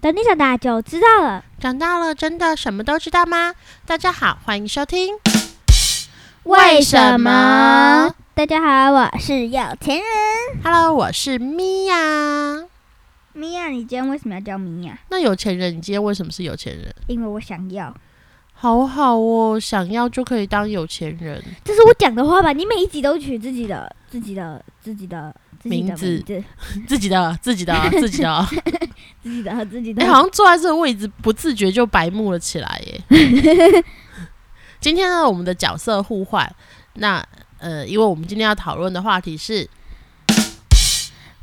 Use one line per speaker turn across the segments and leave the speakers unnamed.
等你长大就知道了。
长大了真的什么都知道吗？大家好，欢迎收听。
为什么？大家好，我是有钱人。
Hello，我是米娅。
米娅，你今天为什么要叫米娅？
那有钱人，你今天为什么是有钱人？
因为我想要。
好好哦，想要就可以当有钱人。
这是我讲的话吧？你每一集都取自己的、自己的、自己的、自己的
名字
名字、
自己的，自己 的，自己的。
自己的和自己
你、
的。
好像坐在这个位置，不自觉就白目了起来耶。 今天呢，我们的角色互换。那呃，因为我们今天要讨论的话题是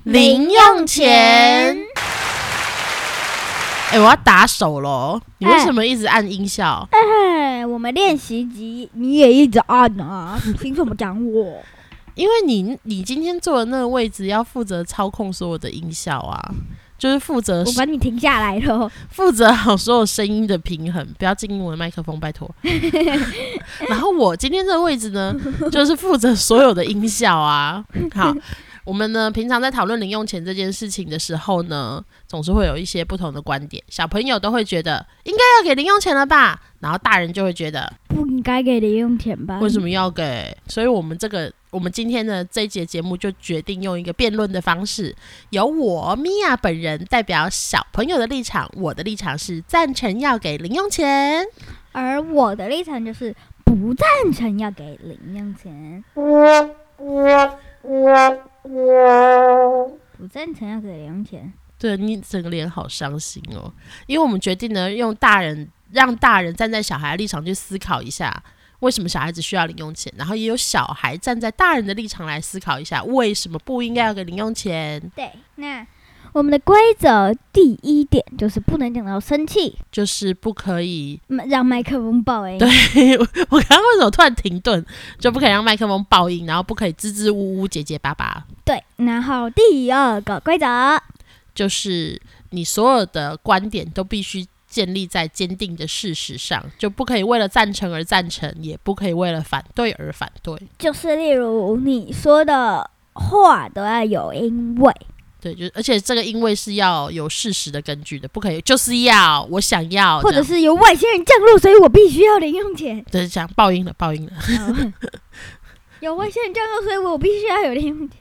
零用钱。
哎、我要打手喽！你为
哎
什么一直按音效？
哎，我们练习集你也一直按啊，凭什么讲我？
因为你你今天坐的那个位置要负责操控所有的音效啊，就是负 责
我把你停下来了。
负责好所有声音的平衡，不要进我的麦克风，拜托。然后我今天这个位置呢， 就是负责所有的音效啊。好，我们呢平常在讨论零用钱这件事情的时候呢，总是会有一些不同的观点。小朋友都会觉得应该要给零用钱了吧，然后大人就会觉得
不应该给零用钱吧？
为什么要给？所以我们这个我们今天的这一节节目就决定用一个辩论的方式，由我米娅本人代表小朋友的立场，我的立场是赞成要给零用钱。
而我的立场就是不赞成要给零用钱，不赞成要给零用钱。
对你整个脸好伤心哦，因为我们决定呢，用大人让大人站在小孩的立场去思考一下，为什么小孩子需要零用钱，然后也有小孩站在大人的立场来思考一下，为什么不应该要给零用钱。
对，那我们的规则第一点就是不能讲到生气，
就是不可以
嗯让麦克风爆哎。
对 我刚刚为什么突然停顿？就不可以让麦克风爆音，然后不可以支支吾吾、结结巴巴，
对，然后第二个规则，
就是你所有的观点都必须建立在坚定的事实上，就不可以为了赞成而赞成，也不可以为了反对而反对。
就是例如你说的话都要有因为，
对，就是而且这个因为是要有事实的根据的，不可以就是要我想要，
或者
是
是有外星人降落，所以我必须要零用钱。
对讲爆音了，爆音了。
哦有外星人降落，所以我必须要有零用钱。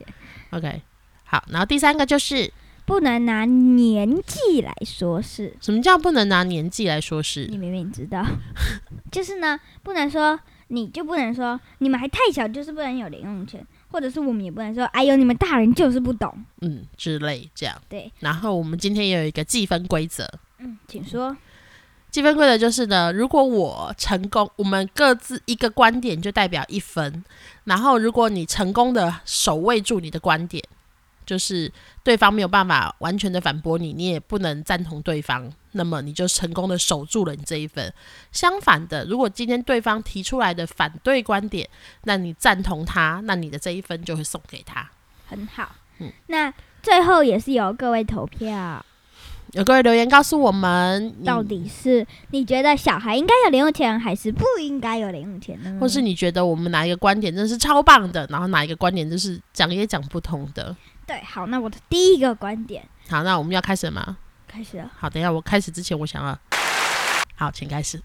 OK，好，然后第三个就是
不能拿年纪来说事。
什么叫不能拿年纪来说事？
你明明知道， 就是呢，不能说你就不能说你们还太小，就是不能有零用钱，或者是我们也不能说，哎呦，你们大人就是不懂。
嗯之类这样。
对，
然后我们今天也有一个计分规则，
嗯，请说。
计分规则就是呢，如果我成功，我们各自一个观点就代表一分，然后如果你成功的守卫住你的观点，就是对方没有办法完全的反驳你，你也不能赞同对方，那么你就成功的守住了你这一分。相反的，如果今天对方提出来的反对观点，那你赞同他，那你的这一分就会送给他。
很好。
嗯
那最后也是由各位投票，
有各位留言告诉我们，你
到底是你觉得小孩应该有零用钱，还是不应该有零用钱呢？
或是你觉得我们哪一个观点真是超棒的，然后哪一个观点就是讲也讲不通的。
对，好，那我的第一个观点
好，那我们要开始了吗？
开始了。
好，等一下我开始之前，我想要，好，请开始。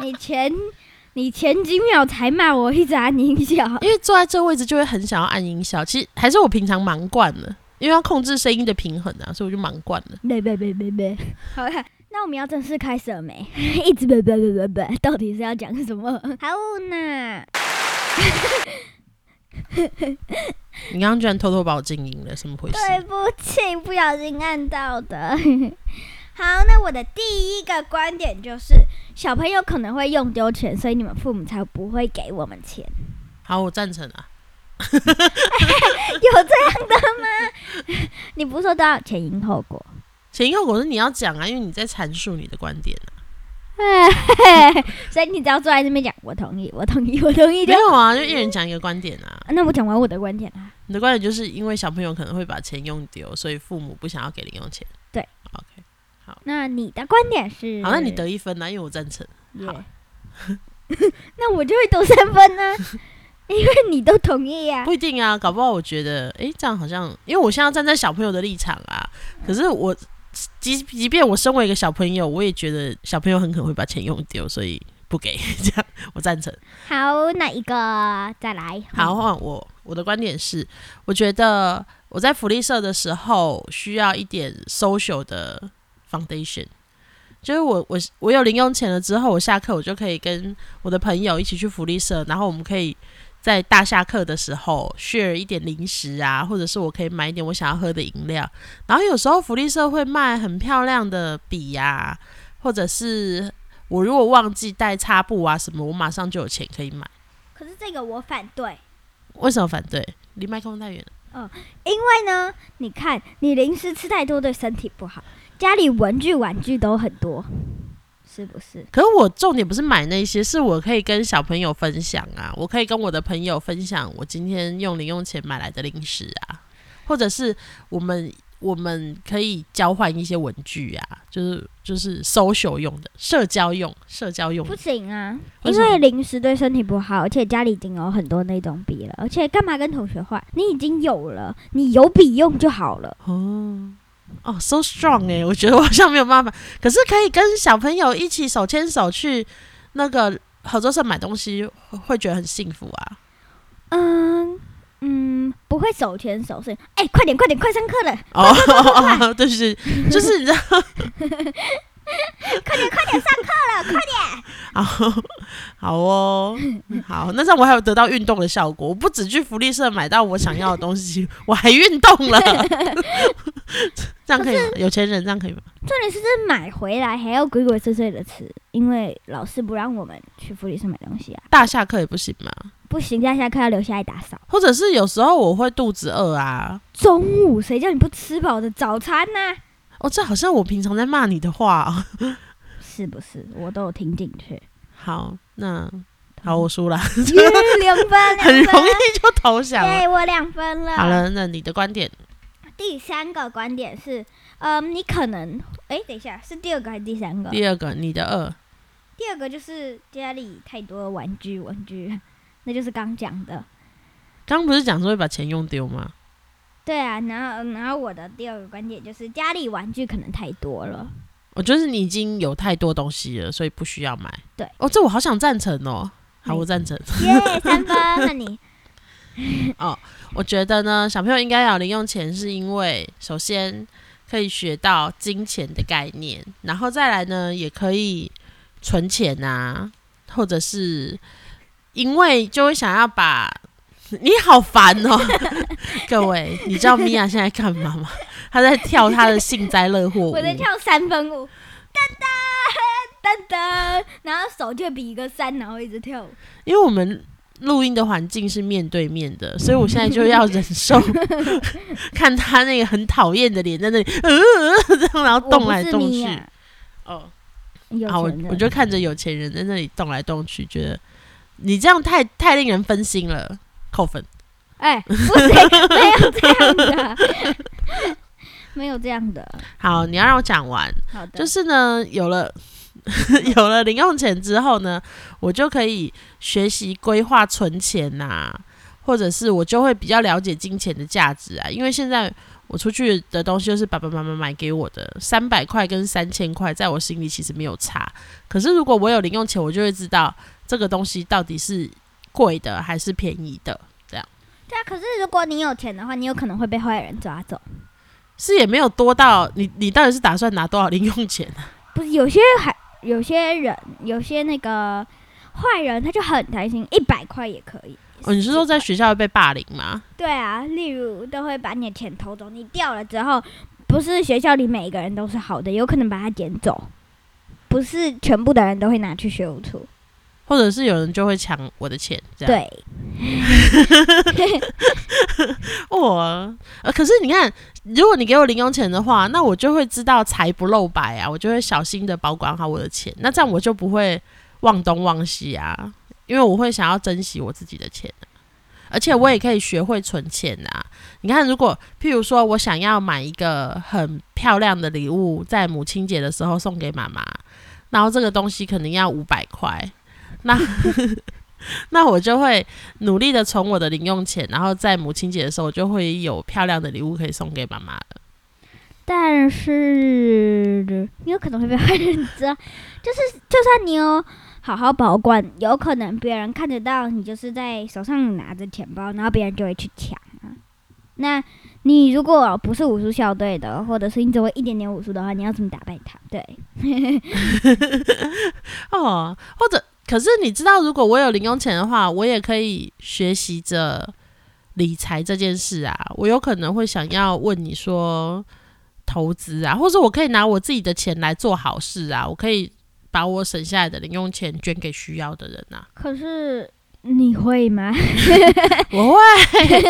你前 你前几秒才骂我一直按音效，
因为坐在这位置就会很想要按音效，其实还是我平常忙惯了，因为要控制声音的平衡啊，所以我就忙惯了。
别别别别别，好了。那我们要正式开始了没？ 一直别别别别别，到底是要讲什么？好呢，
你刚刚居然偷偷把我静音了，怎么回事？
对不起，不小心按到的。 好，那我的第一个观点就是，小朋友可能会用丢钱，所以你们父母才不会给我们钱，
好，我赞成啊。
有这样的吗？ 你不是说都要前因后果？
前因后果是你要讲啊，因为你在阐述你的观点、啊。
所以你只要坐在那边讲，我同意，我同意，我同意
没
就。
有啊，就一人讲一个观点啊。
那我讲完我的观点啦。
你的观点就是因为小朋友可能会把钱用丢，所以父母不想要给零用钱。
对
，OK，
那你的观点是？
好，那你得一分啦，啊因为我赞成。
耶
好
那我就会得三分呢、 因为你都同意啊呀、
不一定啊，搞不好我觉得，诶，这样好像，因为我现在站在小朋友的立场啊，可是我即即便我身为一个小朋友，我也觉得小朋友很可能会把钱用丢，所以不给 这样，我赞成。
好，哪一个再来？
好，换我。我的观点是，我觉得我在福利社的时候需要一点 social 的 foundation，就是我我我有零用钱了之后，我下课我就可以跟我的朋友一起去福利社，然后我们可以在大下课的时候 share 一点零食啊，或者是我可以买一点我想要喝的饮料，然后有时候福利社会卖很漂亮的笔呀、或者是我如果忘记带擦布啊什么，我马上就有钱可以买。
可是这个我反对，
为什么反对？离麦克风太远了。
因为呢，你看你零食吃太多对身体不好，家里文具玩具都很多，是不是？
可是我重点不是买那些，是我可以跟小朋友分享啊，我可以跟我的朋友分享我今天用零用钱买来的零食啊，或者是我们我们可以交换一些文具啊，就是就是 social 用的，社交用，社交用
不
的。
行啊，
为
因
什么
为零食对身体不好，而且家里已经有很多那种笔了，而且干嘛跟同学换？你已经有了，你有笔用就好了。
哦，so strong 哎、我觉得我好像没有办法，可是可以跟小朋友一起手牵手去那个合作社买东西，会会觉得很幸福啊。
嗯嗯，不会手牵手是？哎、快点快点，快上课了，
哦， 哦哦对对，对就是你知道，快点快点上课了，快点！ 好，好哦，好，那这样我还有得到运动的效果，我不只去福利社买到我想要的东西，我还运动了， 这样可以吗？有钱人这样可以吗？
重点是这买回来还要鬼鬼祟祟的吃，因为老师不让我们去福利社买东西啊，
大下课也不行吗？
不行，在下课要留下来打扫。
或者是有时候我会肚子饿啊，
中午谁叫你不吃饱的早餐呢、
哦，这好像我平常在骂你的话、 哦。
是不是？我都有听进去，
好，那好，我输了，
耶两分，两
很
分
容易就投降了。
耶，我两分了。
好了，那你的观点。
第三个观点是，嗯，你可能，哎，等一下，是第二个还是第三个？
第二个，你的二，
第二个就是家里太多玩具，玩具， 那就是刚讲的。
刚不是讲说会把钱用丢吗？
对啊，然后然后我的第二个观点就是家里玩具可能太多了。
我觉得你已经有太多东西了，所以不需要买。
对，
哦，这我好想赞成哦。好，
嗯
我赞成。
耶、三分，那你
我觉得呢，小朋友应该要有零用钱，是因为首先可以学到金钱的概念，然后再来呢，也可以存钱啊，或者是因为就会想要把。 你好烦哦， 各位，你知道米娅现在干嘛吗？她在跳她的幸灾乐祸舞。
我在跳三分舞，噔噔噔噔，然后手就比一个三，然后一直跳舞。
因为我们录音的环境是面对面的，所以我现在就要忍 受看他那个很讨厌的脸在那里，呃，这样然后哦动来
我
动
不是
去
米。娅
哦，
有
好，我
钱人
我就看着有钱人在那里动来动去，觉得你这样太太令人分心了，扣分。
哎、不是没有这样的， 没有这样的。
好，
嗯
你要让我讲完。
好的，
就是呢，有了 有了零用钱之后呢，我就可以学习规划存钱呐、或者是我就会比较了解金钱的价值啊。因为现在我出去的东西就是爸爸妈妈买给我的，三百块跟三千块，在我心里其实没有差。可是如果我有零用钱，我就会知道这个东西到底是贵的还是便宜的。
对啊。可是如果你有钱的话，你有可能会被坏人抓走。
是也没有多到你，你到底是打算拿多少零用钱啊？
不是有些还有些人有些那个坏人，他就很开心，一百块也可以。
哦，你是说在
10块
学校会被霸凌吗？
对啊，例如都会把你的钱偷走，你掉了之后，不是学校里每一个人都是好的，有可能把它捡走，不是全部的人都会拿去学务处。
或者是有人就会抢我的钱，这样。
对，
我呃，可是你看，如果你给我零用钱的话，那我就会知道财不露白啊，我就会小心的保管好我的钱。那这样我就不会忘东忘西啊，因为我会想要珍惜我自己的钱啊、而且我也可以学会存钱啊。你看，如果譬如说我想要买一个很漂亮的礼物，在母亲节的时候送给妈妈，然后这个东西可能要五百块，那 那我就会努力的存我的零用钱，然后在母亲节的时候，我就会有漂亮的礼物可以送给妈妈了。
但是你有可能会被坏人知道，就是就算你有好好保管，有可能别人看得到你就是在手上拿着钱包，然后别人就会去抢啊。那你如果不是武术校队的，或者是你只会一点点武术的话，你要怎么打败他？对，
哦，或者可是你知道，如果我有零用钱的话，我也可以学习着理财这件事啊。我有可能会想要问你说投资啊，或者我可以拿我自己的钱来做好事啊，我可以把我省下来的零用钱捐给需要的人啊。
可是你会吗？
我会，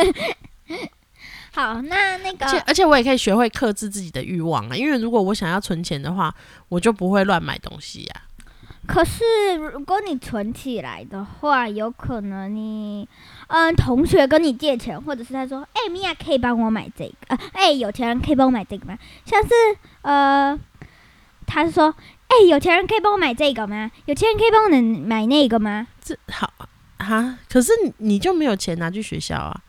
好，那那
而且
个
而且我也可以学会克制自己的欲望啊，因为如果我想要存钱的话，我就不会乱买东西啊呀、
可是如果你存起来的话，有可能你，嗯，同学跟你借钱，或者是他说，哎、米娅可以帮我买这个，呃，哎、有钱人可以帮我买这个吗？像是呃，他是说，哎、有钱人可以帮我买这个吗？有钱人可以帮我买那个吗？
这好啊，可是你你就没有钱拿去学校啊？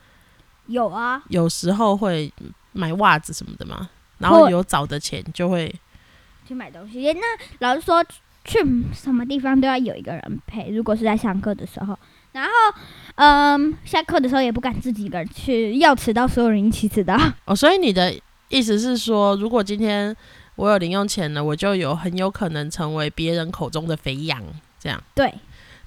有啊，
有时候会买袜子什么的嘛，然后
会
有找的钱就会
去买东西。那老师说去什么地方都要有一个人陪，如果是在上课的时候。然后，嗯，下课的时候也不敢自己一个人去，要迟到，所有人一起 迟到。
哦。所以你的意思是说，如果今天我有零用钱了，我就有很有可能成为别人口中的肥羊，这样。
对，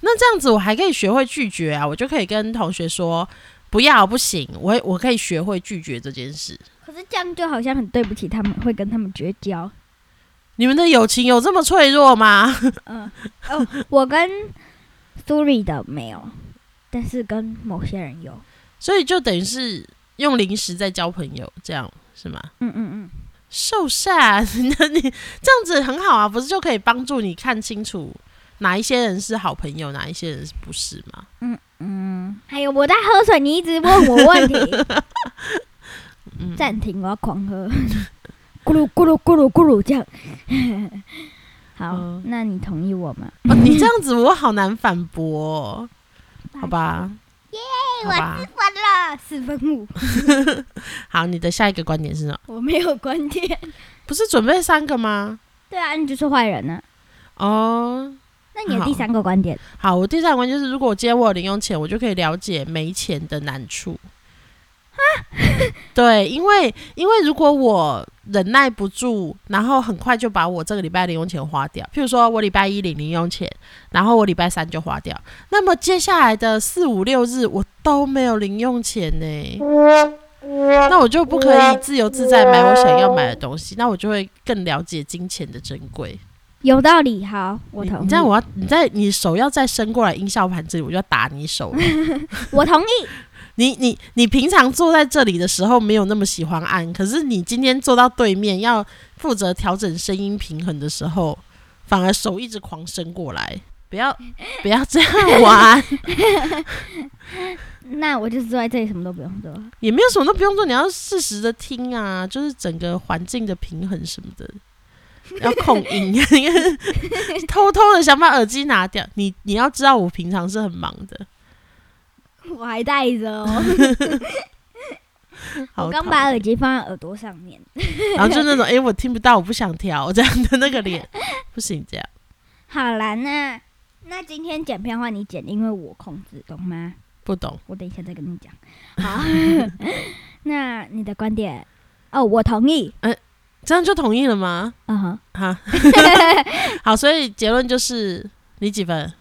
那这样子我还可以学会拒绝啊，我就可以跟同学说不要不行，我会我可以学会拒绝这件事。
可是这样就好像很对不起他们，会跟他们绝 交。
你们的友情有这么脆弱吗？
嗯，哦，我跟 Suri 的没有，但是跟某些人有。
所以就等于是用零食在交朋友，这样是吗？
嗯嗯
受善，那你这样子很好啊，不是就可以帮助你看清楚哪一些人是好朋友，哪一些人是不是吗？
嗯嗯。还有我在喝水，你一直问我问 题。
嗯
暂停，我要狂喝，咕噜咕噜咕噜咕噜这样。 好，
嗯
那你同意我吗？
哦、你这样子我好难反驳哦、好吧？耶，好吧，
完了，四分五，
好，你的下一个观点是什么？
我没有观点。
不是准备三个吗？
对啊，你就是坏人呢、
哦，
那你的第
好
三个观点，
好，我第三个观点就是，如果我今天我有零用钱，我就可以了解没钱的难处。
啊
对，因为因为如果我忍耐不住，然后很快就把我这个礼拜零用钱花掉，譬如说我礼拜一领零用钱，然后我礼拜三就花掉，那么接下来的四五六日我都没有零用钱呢、
嗯
那我就不可以自由自在买我想要买的东西，那我就会更了解金钱的珍贵。
有道理。好，我
你
同意。
你这样我要你在你手要再伸过来音效盘这里，我就要打你手了。
我同意。
你你你平常坐在这里的时候没有那么喜欢按，可是你今天坐到对面要负责调整声音平衡的时候，反而手一直狂伸过来。不要不要这样玩，
那我就是坐在这里，什么都不用做。
也没有什么都不用做，你要适时的听啊，就是整个环境的平衡什么的。要控音， 偷偷的想把耳机拿掉。你你要知道，我平常是很忙的。
我还戴着哦，
好
我刚
讨
把
厌
耳机放在耳朵上面。
然后就 那种，哎、我听不到，我不想调这样的那个脸，不行这样。
好啦，那那今天剪片的话，你剪，因为我控制，懂吗？
不懂，
我等一下再跟你讲。好，那你的观点，哦，我同意。
这样就同意了吗？
嗯哼，
哈，好，所以结论就是你几分？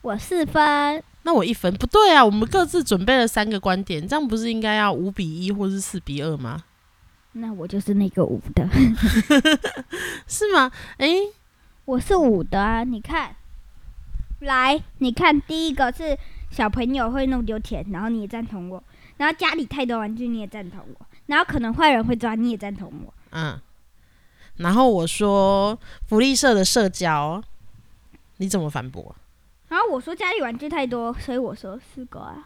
我四分。
那我一分，不对啊，我们各自准备了三个观点，这样不是应该要五比一或是四比二吗？
那我就是那个五的，
是吗？哎、
我是五的啊！你看，来，你看，第一个是小朋友会弄丢钱，然后你也赞同我；然后家里太多玩具，你也赞同我；然后可能坏人会抓，你也赞同我。
嗯，然后我说福利社的社交，你怎么反驳？
然后我说家里玩具太多，所以我说四个啊。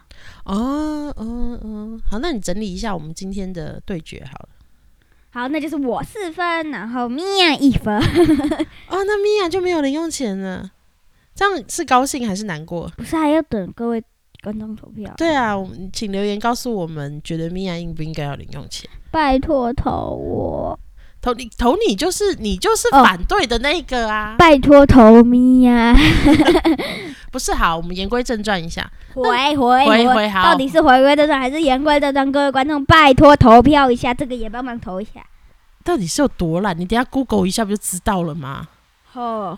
哦，嗯嗯，好，那你整理一下我们今天的对决好了。
好，那就是我四分，然后米娅一分，
哦，那米娅就没有零用钱了，这样是高兴还是难过？
不是还要等各位观众投票？
对啊，我们请留言告诉我们，觉得米娅应不应该有零用钱？
拜托投我，
投你投你就是你就是
哦
反对的那个啊，
拜托投咪呀、
不是好，我们言归正传一下，
回回
回回好
到底是回归正传还是言归正传？各位观众，拜托投票一下，这个也帮忙投一下。
到底是有多懒？你等一下 Google 一下不就知道了吗？
哦，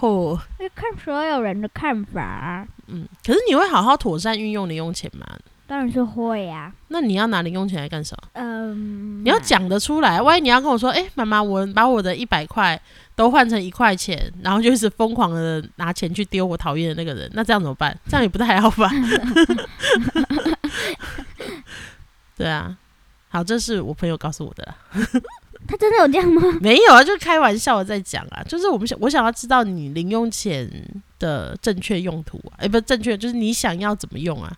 哦，
要哎看所有人的看法，
嗯，可是你会好好妥善运用零用钱吗？
当然是会呀、
那你要拿零用钱来干什么？
嗯，
你要讲得出来，万一你要跟我说，哎、妈妈，我把我的一百块都换成一块钱，然后就一直疯狂的拿钱去丢我讨厌的那个人，那这样怎么办？这样也不太好吧？ 对啊，好，这是我朋友告诉我的啦，
他真的有这样吗？
没有啊，就是开玩笑的在讲啊，就是我们想我想要知道你零用钱的正确用途啊，哎、不是正确，就是你想要怎么用啊，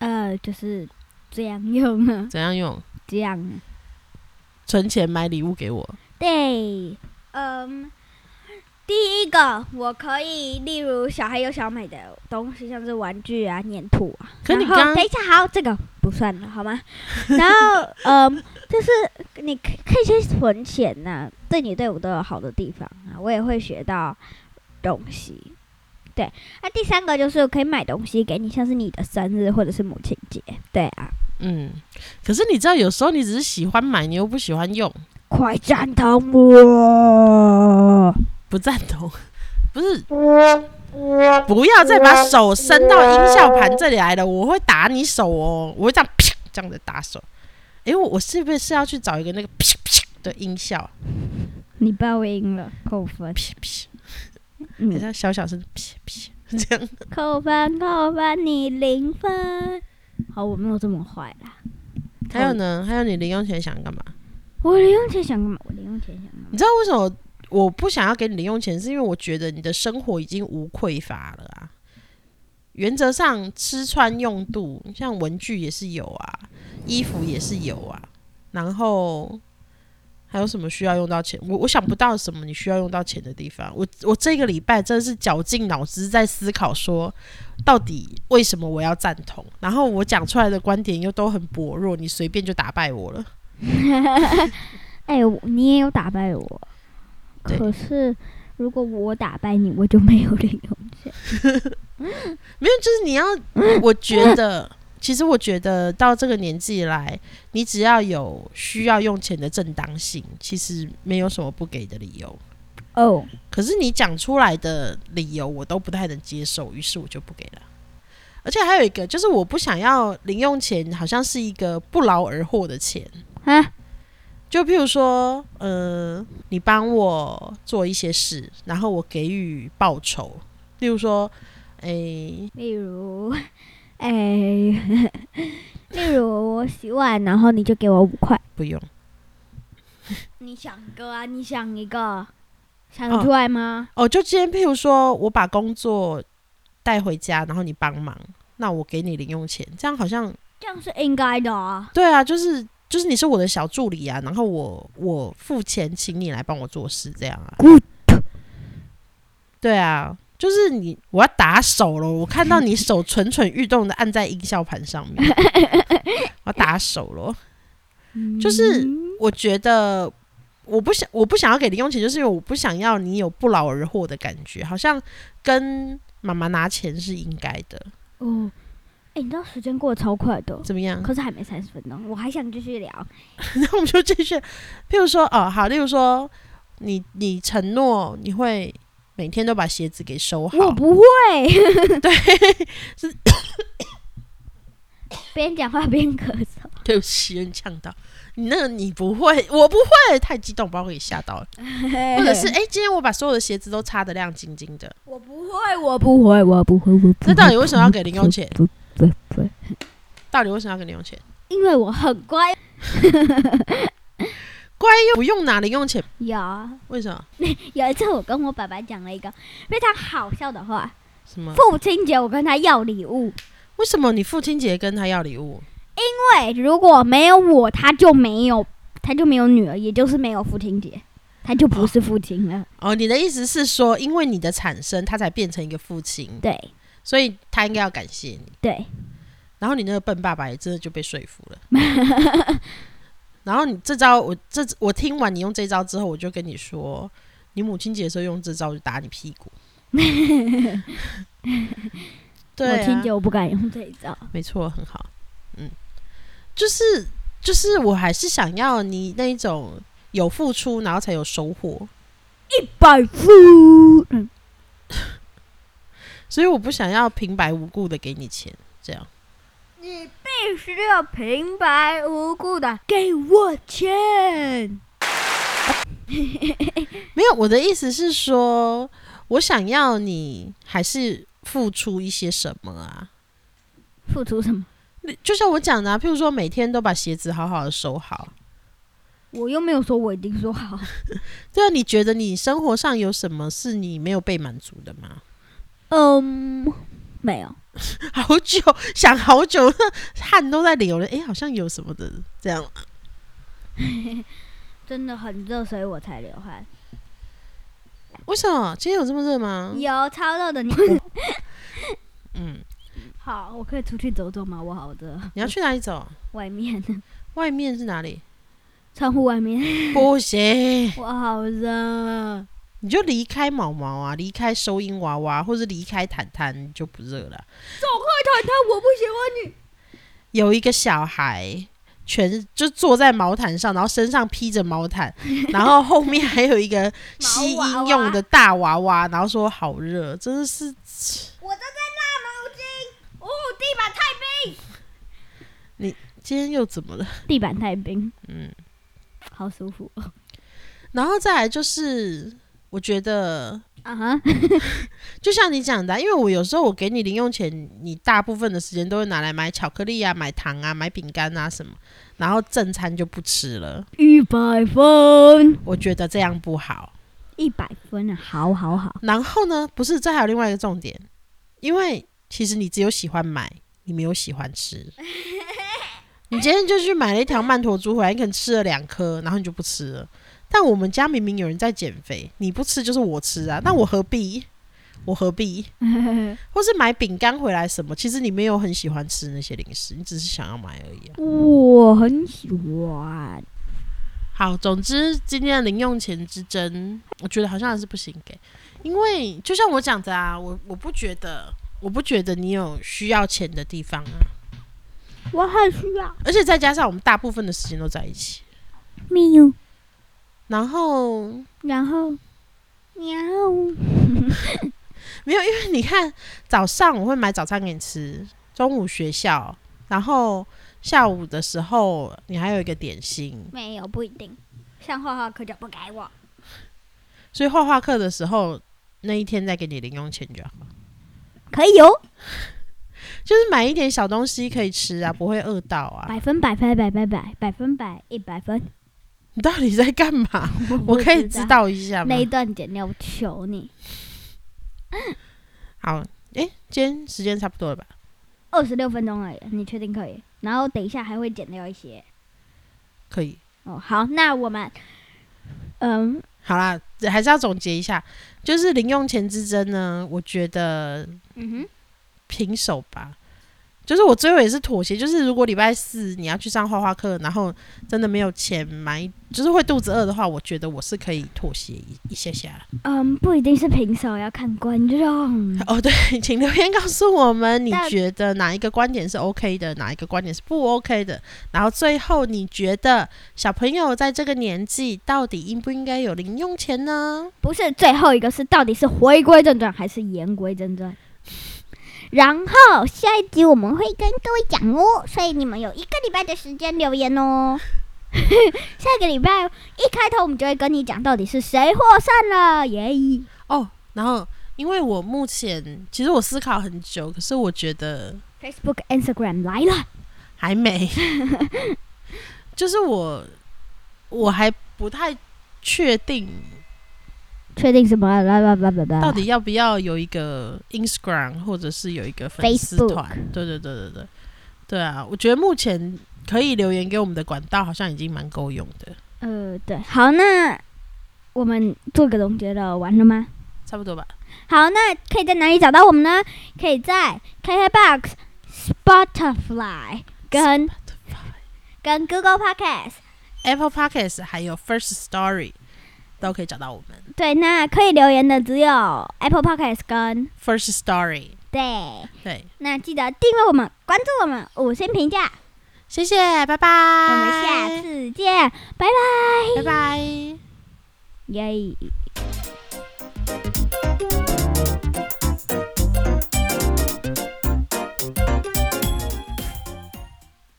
呃，就是这样用啊，
怎样用，
这样啊。
存钱买礼物给我，
对，嗯，第一个我可以，例如小孩有想买的东西，像是玩具啊、粘土啊。
可你
然后
刚
等一下，好，这个不算了，好 吗？然后，嗯，就是你可可以先存钱呐、对你对我都有好的地方啊，我也会学到东西。对，那、第三个就是可以买东西给你，像是你的生日或者是母亲节，对啊，
嗯，可是你知道，有时候你只是喜欢买，你又不喜欢用，
快赞同我！
不赞同，不是？不要再把手伸到音效盘这里来了，我会打你手哦，我会这样 啪这样的打手。诶，我我是不是要去找一个那个 啪啪的音效？
你报应了，扣分，
啪啪，
嗯
你。像小小声 啪啪这样。
扣分，扣分，你零分。好，我没有这么坏啦。
还有呢？还有你零用钱想干嘛？
我零用钱想干嘛？我零用钱想干嘛？
你知道为什么我不想要给你零用钱？是因为我觉得你的生活已经无匮乏了啊。原则上，吃穿用度，像文具也是有啊，衣服也是有啊，然后还有什么需要用到钱？我我想不到什么你需要用到钱的地方。我我这个礼拜真的是绞尽脑汁在思考说，到底为什么我要赞同？然后我讲出来的观点又都很薄弱，你随便就打败我了。
哎、我你也有打败我，
对
可是如果我打败你，我就没有零用钱。
没有，就是你要，我觉得，其实我觉得到这个年纪来，你只要有需要用钱的正当性，其实没有什么不给的理由。
哦，
可是你讲出来的理由，我都不太能接受，于是我就不给了。而且还有一个，就是我不想要零用钱，好像是一个不劳而获的钱。
啊，
就譬如说，呃，你帮我做一些事，然后我给予报酬。例如说，诶、
例如， 哎、例如我洗碗，然后你就给我五块。
不用。
你想一个啊？你想一个，想
哦
得出来吗？
哦，就今天，譬如说我把工作带回家，然后你帮忙，那我给你零用钱，这样好像
这样是应该的啊。
对啊，就是就是你是我的小助理啊，然后我我付钱请你来帮我做事，这样啊。
Good
对啊，就是你，我要打手了，我看到你手蠢蠢欲动的按在音效盘上面，我要打手了。就是
嗯
我觉得我不想我不想要给零用钱，就是因为我不想要你有不劳而获的感觉，好像跟妈妈拿钱是应该的，
哦，哎、你知道时间过得超快的，
怎么样？
可是还没三十分钟，我还想继续聊。
那我们就继续，譬如说，哦，好，例如说，你你承诺你会每天都把鞋子给收
我
好，
不 会，
对，
边讲话边咳嗽。
对不起，有点呛到。你那个你不会，我不会，太激动，把我给吓到了。或
或
者是，哎、今天我把所有的鞋子都擦得亮晶晶 的，
我不会，我不会，我不会，我不会。
这到底为什么要给零 用钱？
不不不，
到底为什么要给零用钱？哎
因为我很乖。
乖又不用拿零用钱，
有
为什么？
有一次，我跟我爸爸讲了一个非常好笑的话。
什么？
父亲节，我跟他要礼物，
为什么你父亲节跟他要礼物？
对，如果没有我，他就没有，他就没有女儿，也就是没有父亲节，他就不是父亲了。
哦，你的意思是说，因为你的产生，他才变成一个父亲，
对
所以他应该要感谢你。
对，
然后你那个笨爸爸也真的就被说服了。然后你这招，我这我听完你用这招之后，我就跟你说，你母亲节的时候用这招就打你屁 股。对、啊，
我听见我不敢用这一招。
没错，很好。嗯，就是就是，我还是想要你那一种有付出，然后才有收获。
一百副，嗯，
所以我不想要平白无故的给你钱，这样。
你必须要平白无故的给我钱。
没有，我的意思是说，我想要你还是付出一些什么啊？
付出什么？
就像我讲的、啊，譬如说每天都把鞋子好好的收好。
我又没有说我一定说好，
对啊，你觉得你生活上有什么是你没有被满足的吗？
嗯，没有。
好久想好久， 汗都在流了。诶，好像有什么的这样。
真的很热，所以我才流汗。
为什么今天有这么热吗？
有超热的你。
嗯，
好，我可以出去走走吗？我好热。
你要去哪里走？
外面，
啊外面是哪里？
窗户外面，
不行，
我好热。
你就离开毛毛啊，离开收音娃娃，或者离开坦坦，你就不热了。
走开，谈谈，我不喜欢你。
有一个小孩，全就坐在毛毯上，然后身上披着毛 毯，然后后面还有一个吸
毛娃
音
娃
用的大娃娃，然后说好热，真的是
我正在拉毛巾。哦，地板太冰，
今天又怎么了？
地板太冰，
嗯，
好舒服哦
然后再来就是，我觉得
啊哈！
就像你讲的啊、因为我有时候我给你零用钱，你大部分的时间都会拿来买巧克力啊、买糖啊、买饼干啊什么，然后正餐就不吃了。
一百分，
我觉得这样不好。
一百分啊！好好好，
然后呢，不是，这还有另外一个重点，因为其实你只有喜欢买，你没有喜欢吃。你今天就去买了一条曼陀珠回来，你可能吃了两颗，然后你就不吃了。但我们家明明有人在减肥，你不吃就是我吃啊，那我何必？我何必？或是买饼干回来什么？其实你没有很喜欢吃那些零食，你只是想要买而已啊。
我很喜欢。
好，总之今天的零用钱之争，我觉得好像还是不行给，因为就像我讲的啊，我我不觉得，我不觉得你有需要钱的地方啊，
我很需要。
而且再加上我们大部分的时间都在一起，
没有，
然后
然后，喵。
没有，因为你看早上我会买早餐给你吃，中午学校，然后下午的时候你还有一个点心，
没有，不一定。上画画课就不给我。
所以画画课的时候那一天再给你零用钱就好，
可以哦，
就是买一点小东西可以吃啊，不会饿到啊。
百分百分百百百百分百一百分。
你到底在干嘛？ 我
不
可以知道啊一下吗
那？一段剪掉，我求你。
好，诶，今天时间差不多了吧？
二十六分钟而已，你确定可以？然后等一下还会剪掉一些。
可以，
哦，好，那我们，嗯，
好啦，还是要总结一下，就是零用钱之争呢，我觉得
嗯
平手吧。就是我最后也是妥协，就是如果礼拜四你要去上画画课，然后真的没有钱买，就是会肚子饿的话，我觉得我是可以妥协一一下下。
哼，嗯，不一定是平手，要看观众。
哦，对，请留言告诉我们，你
但
觉得哪一个观点是 OK 的，哪一个观点是不 OK 的？然后最后，你觉得小朋友在这个年纪到底应不应该有零用钱呢？
不是最后一个是到底是回归正传还是言归正传？然后下一集我们会跟各位讲哦，所以你们有一个礼拜的时间留言哦。 下个礼拜一开头我们就会跟你讲到底是谁获胜了，耶！
哦，然后因为我目前其实我思考很久，可是我觉得
Facebook、Instagram 来了，
还没，就是我我还不太确定
确定什么？来来来来来，
到底要不要有一个 Instagram，或者是有一个粉丝团？对对对对对，对啊，我觉得目前可以留言给我们的管道好像已经蛮够用的，
呃，对，好，那我们做个总结了，完了吗？
差不多吧。
好，那可以在哪里找到我们呢？可以在 KKBOX、Spotify 跟跟 Google Podcast、
Apple Podcasts 还有 First Story 都可以找到我们。
对，那可以留言的只有 Apple Podcast 跟
First Story
对。
对，
那记得订阅我们，关注我们，五星评价。
谢谢，拜拜。
我
我
们下次见，拜拜，
拜拜。
耶。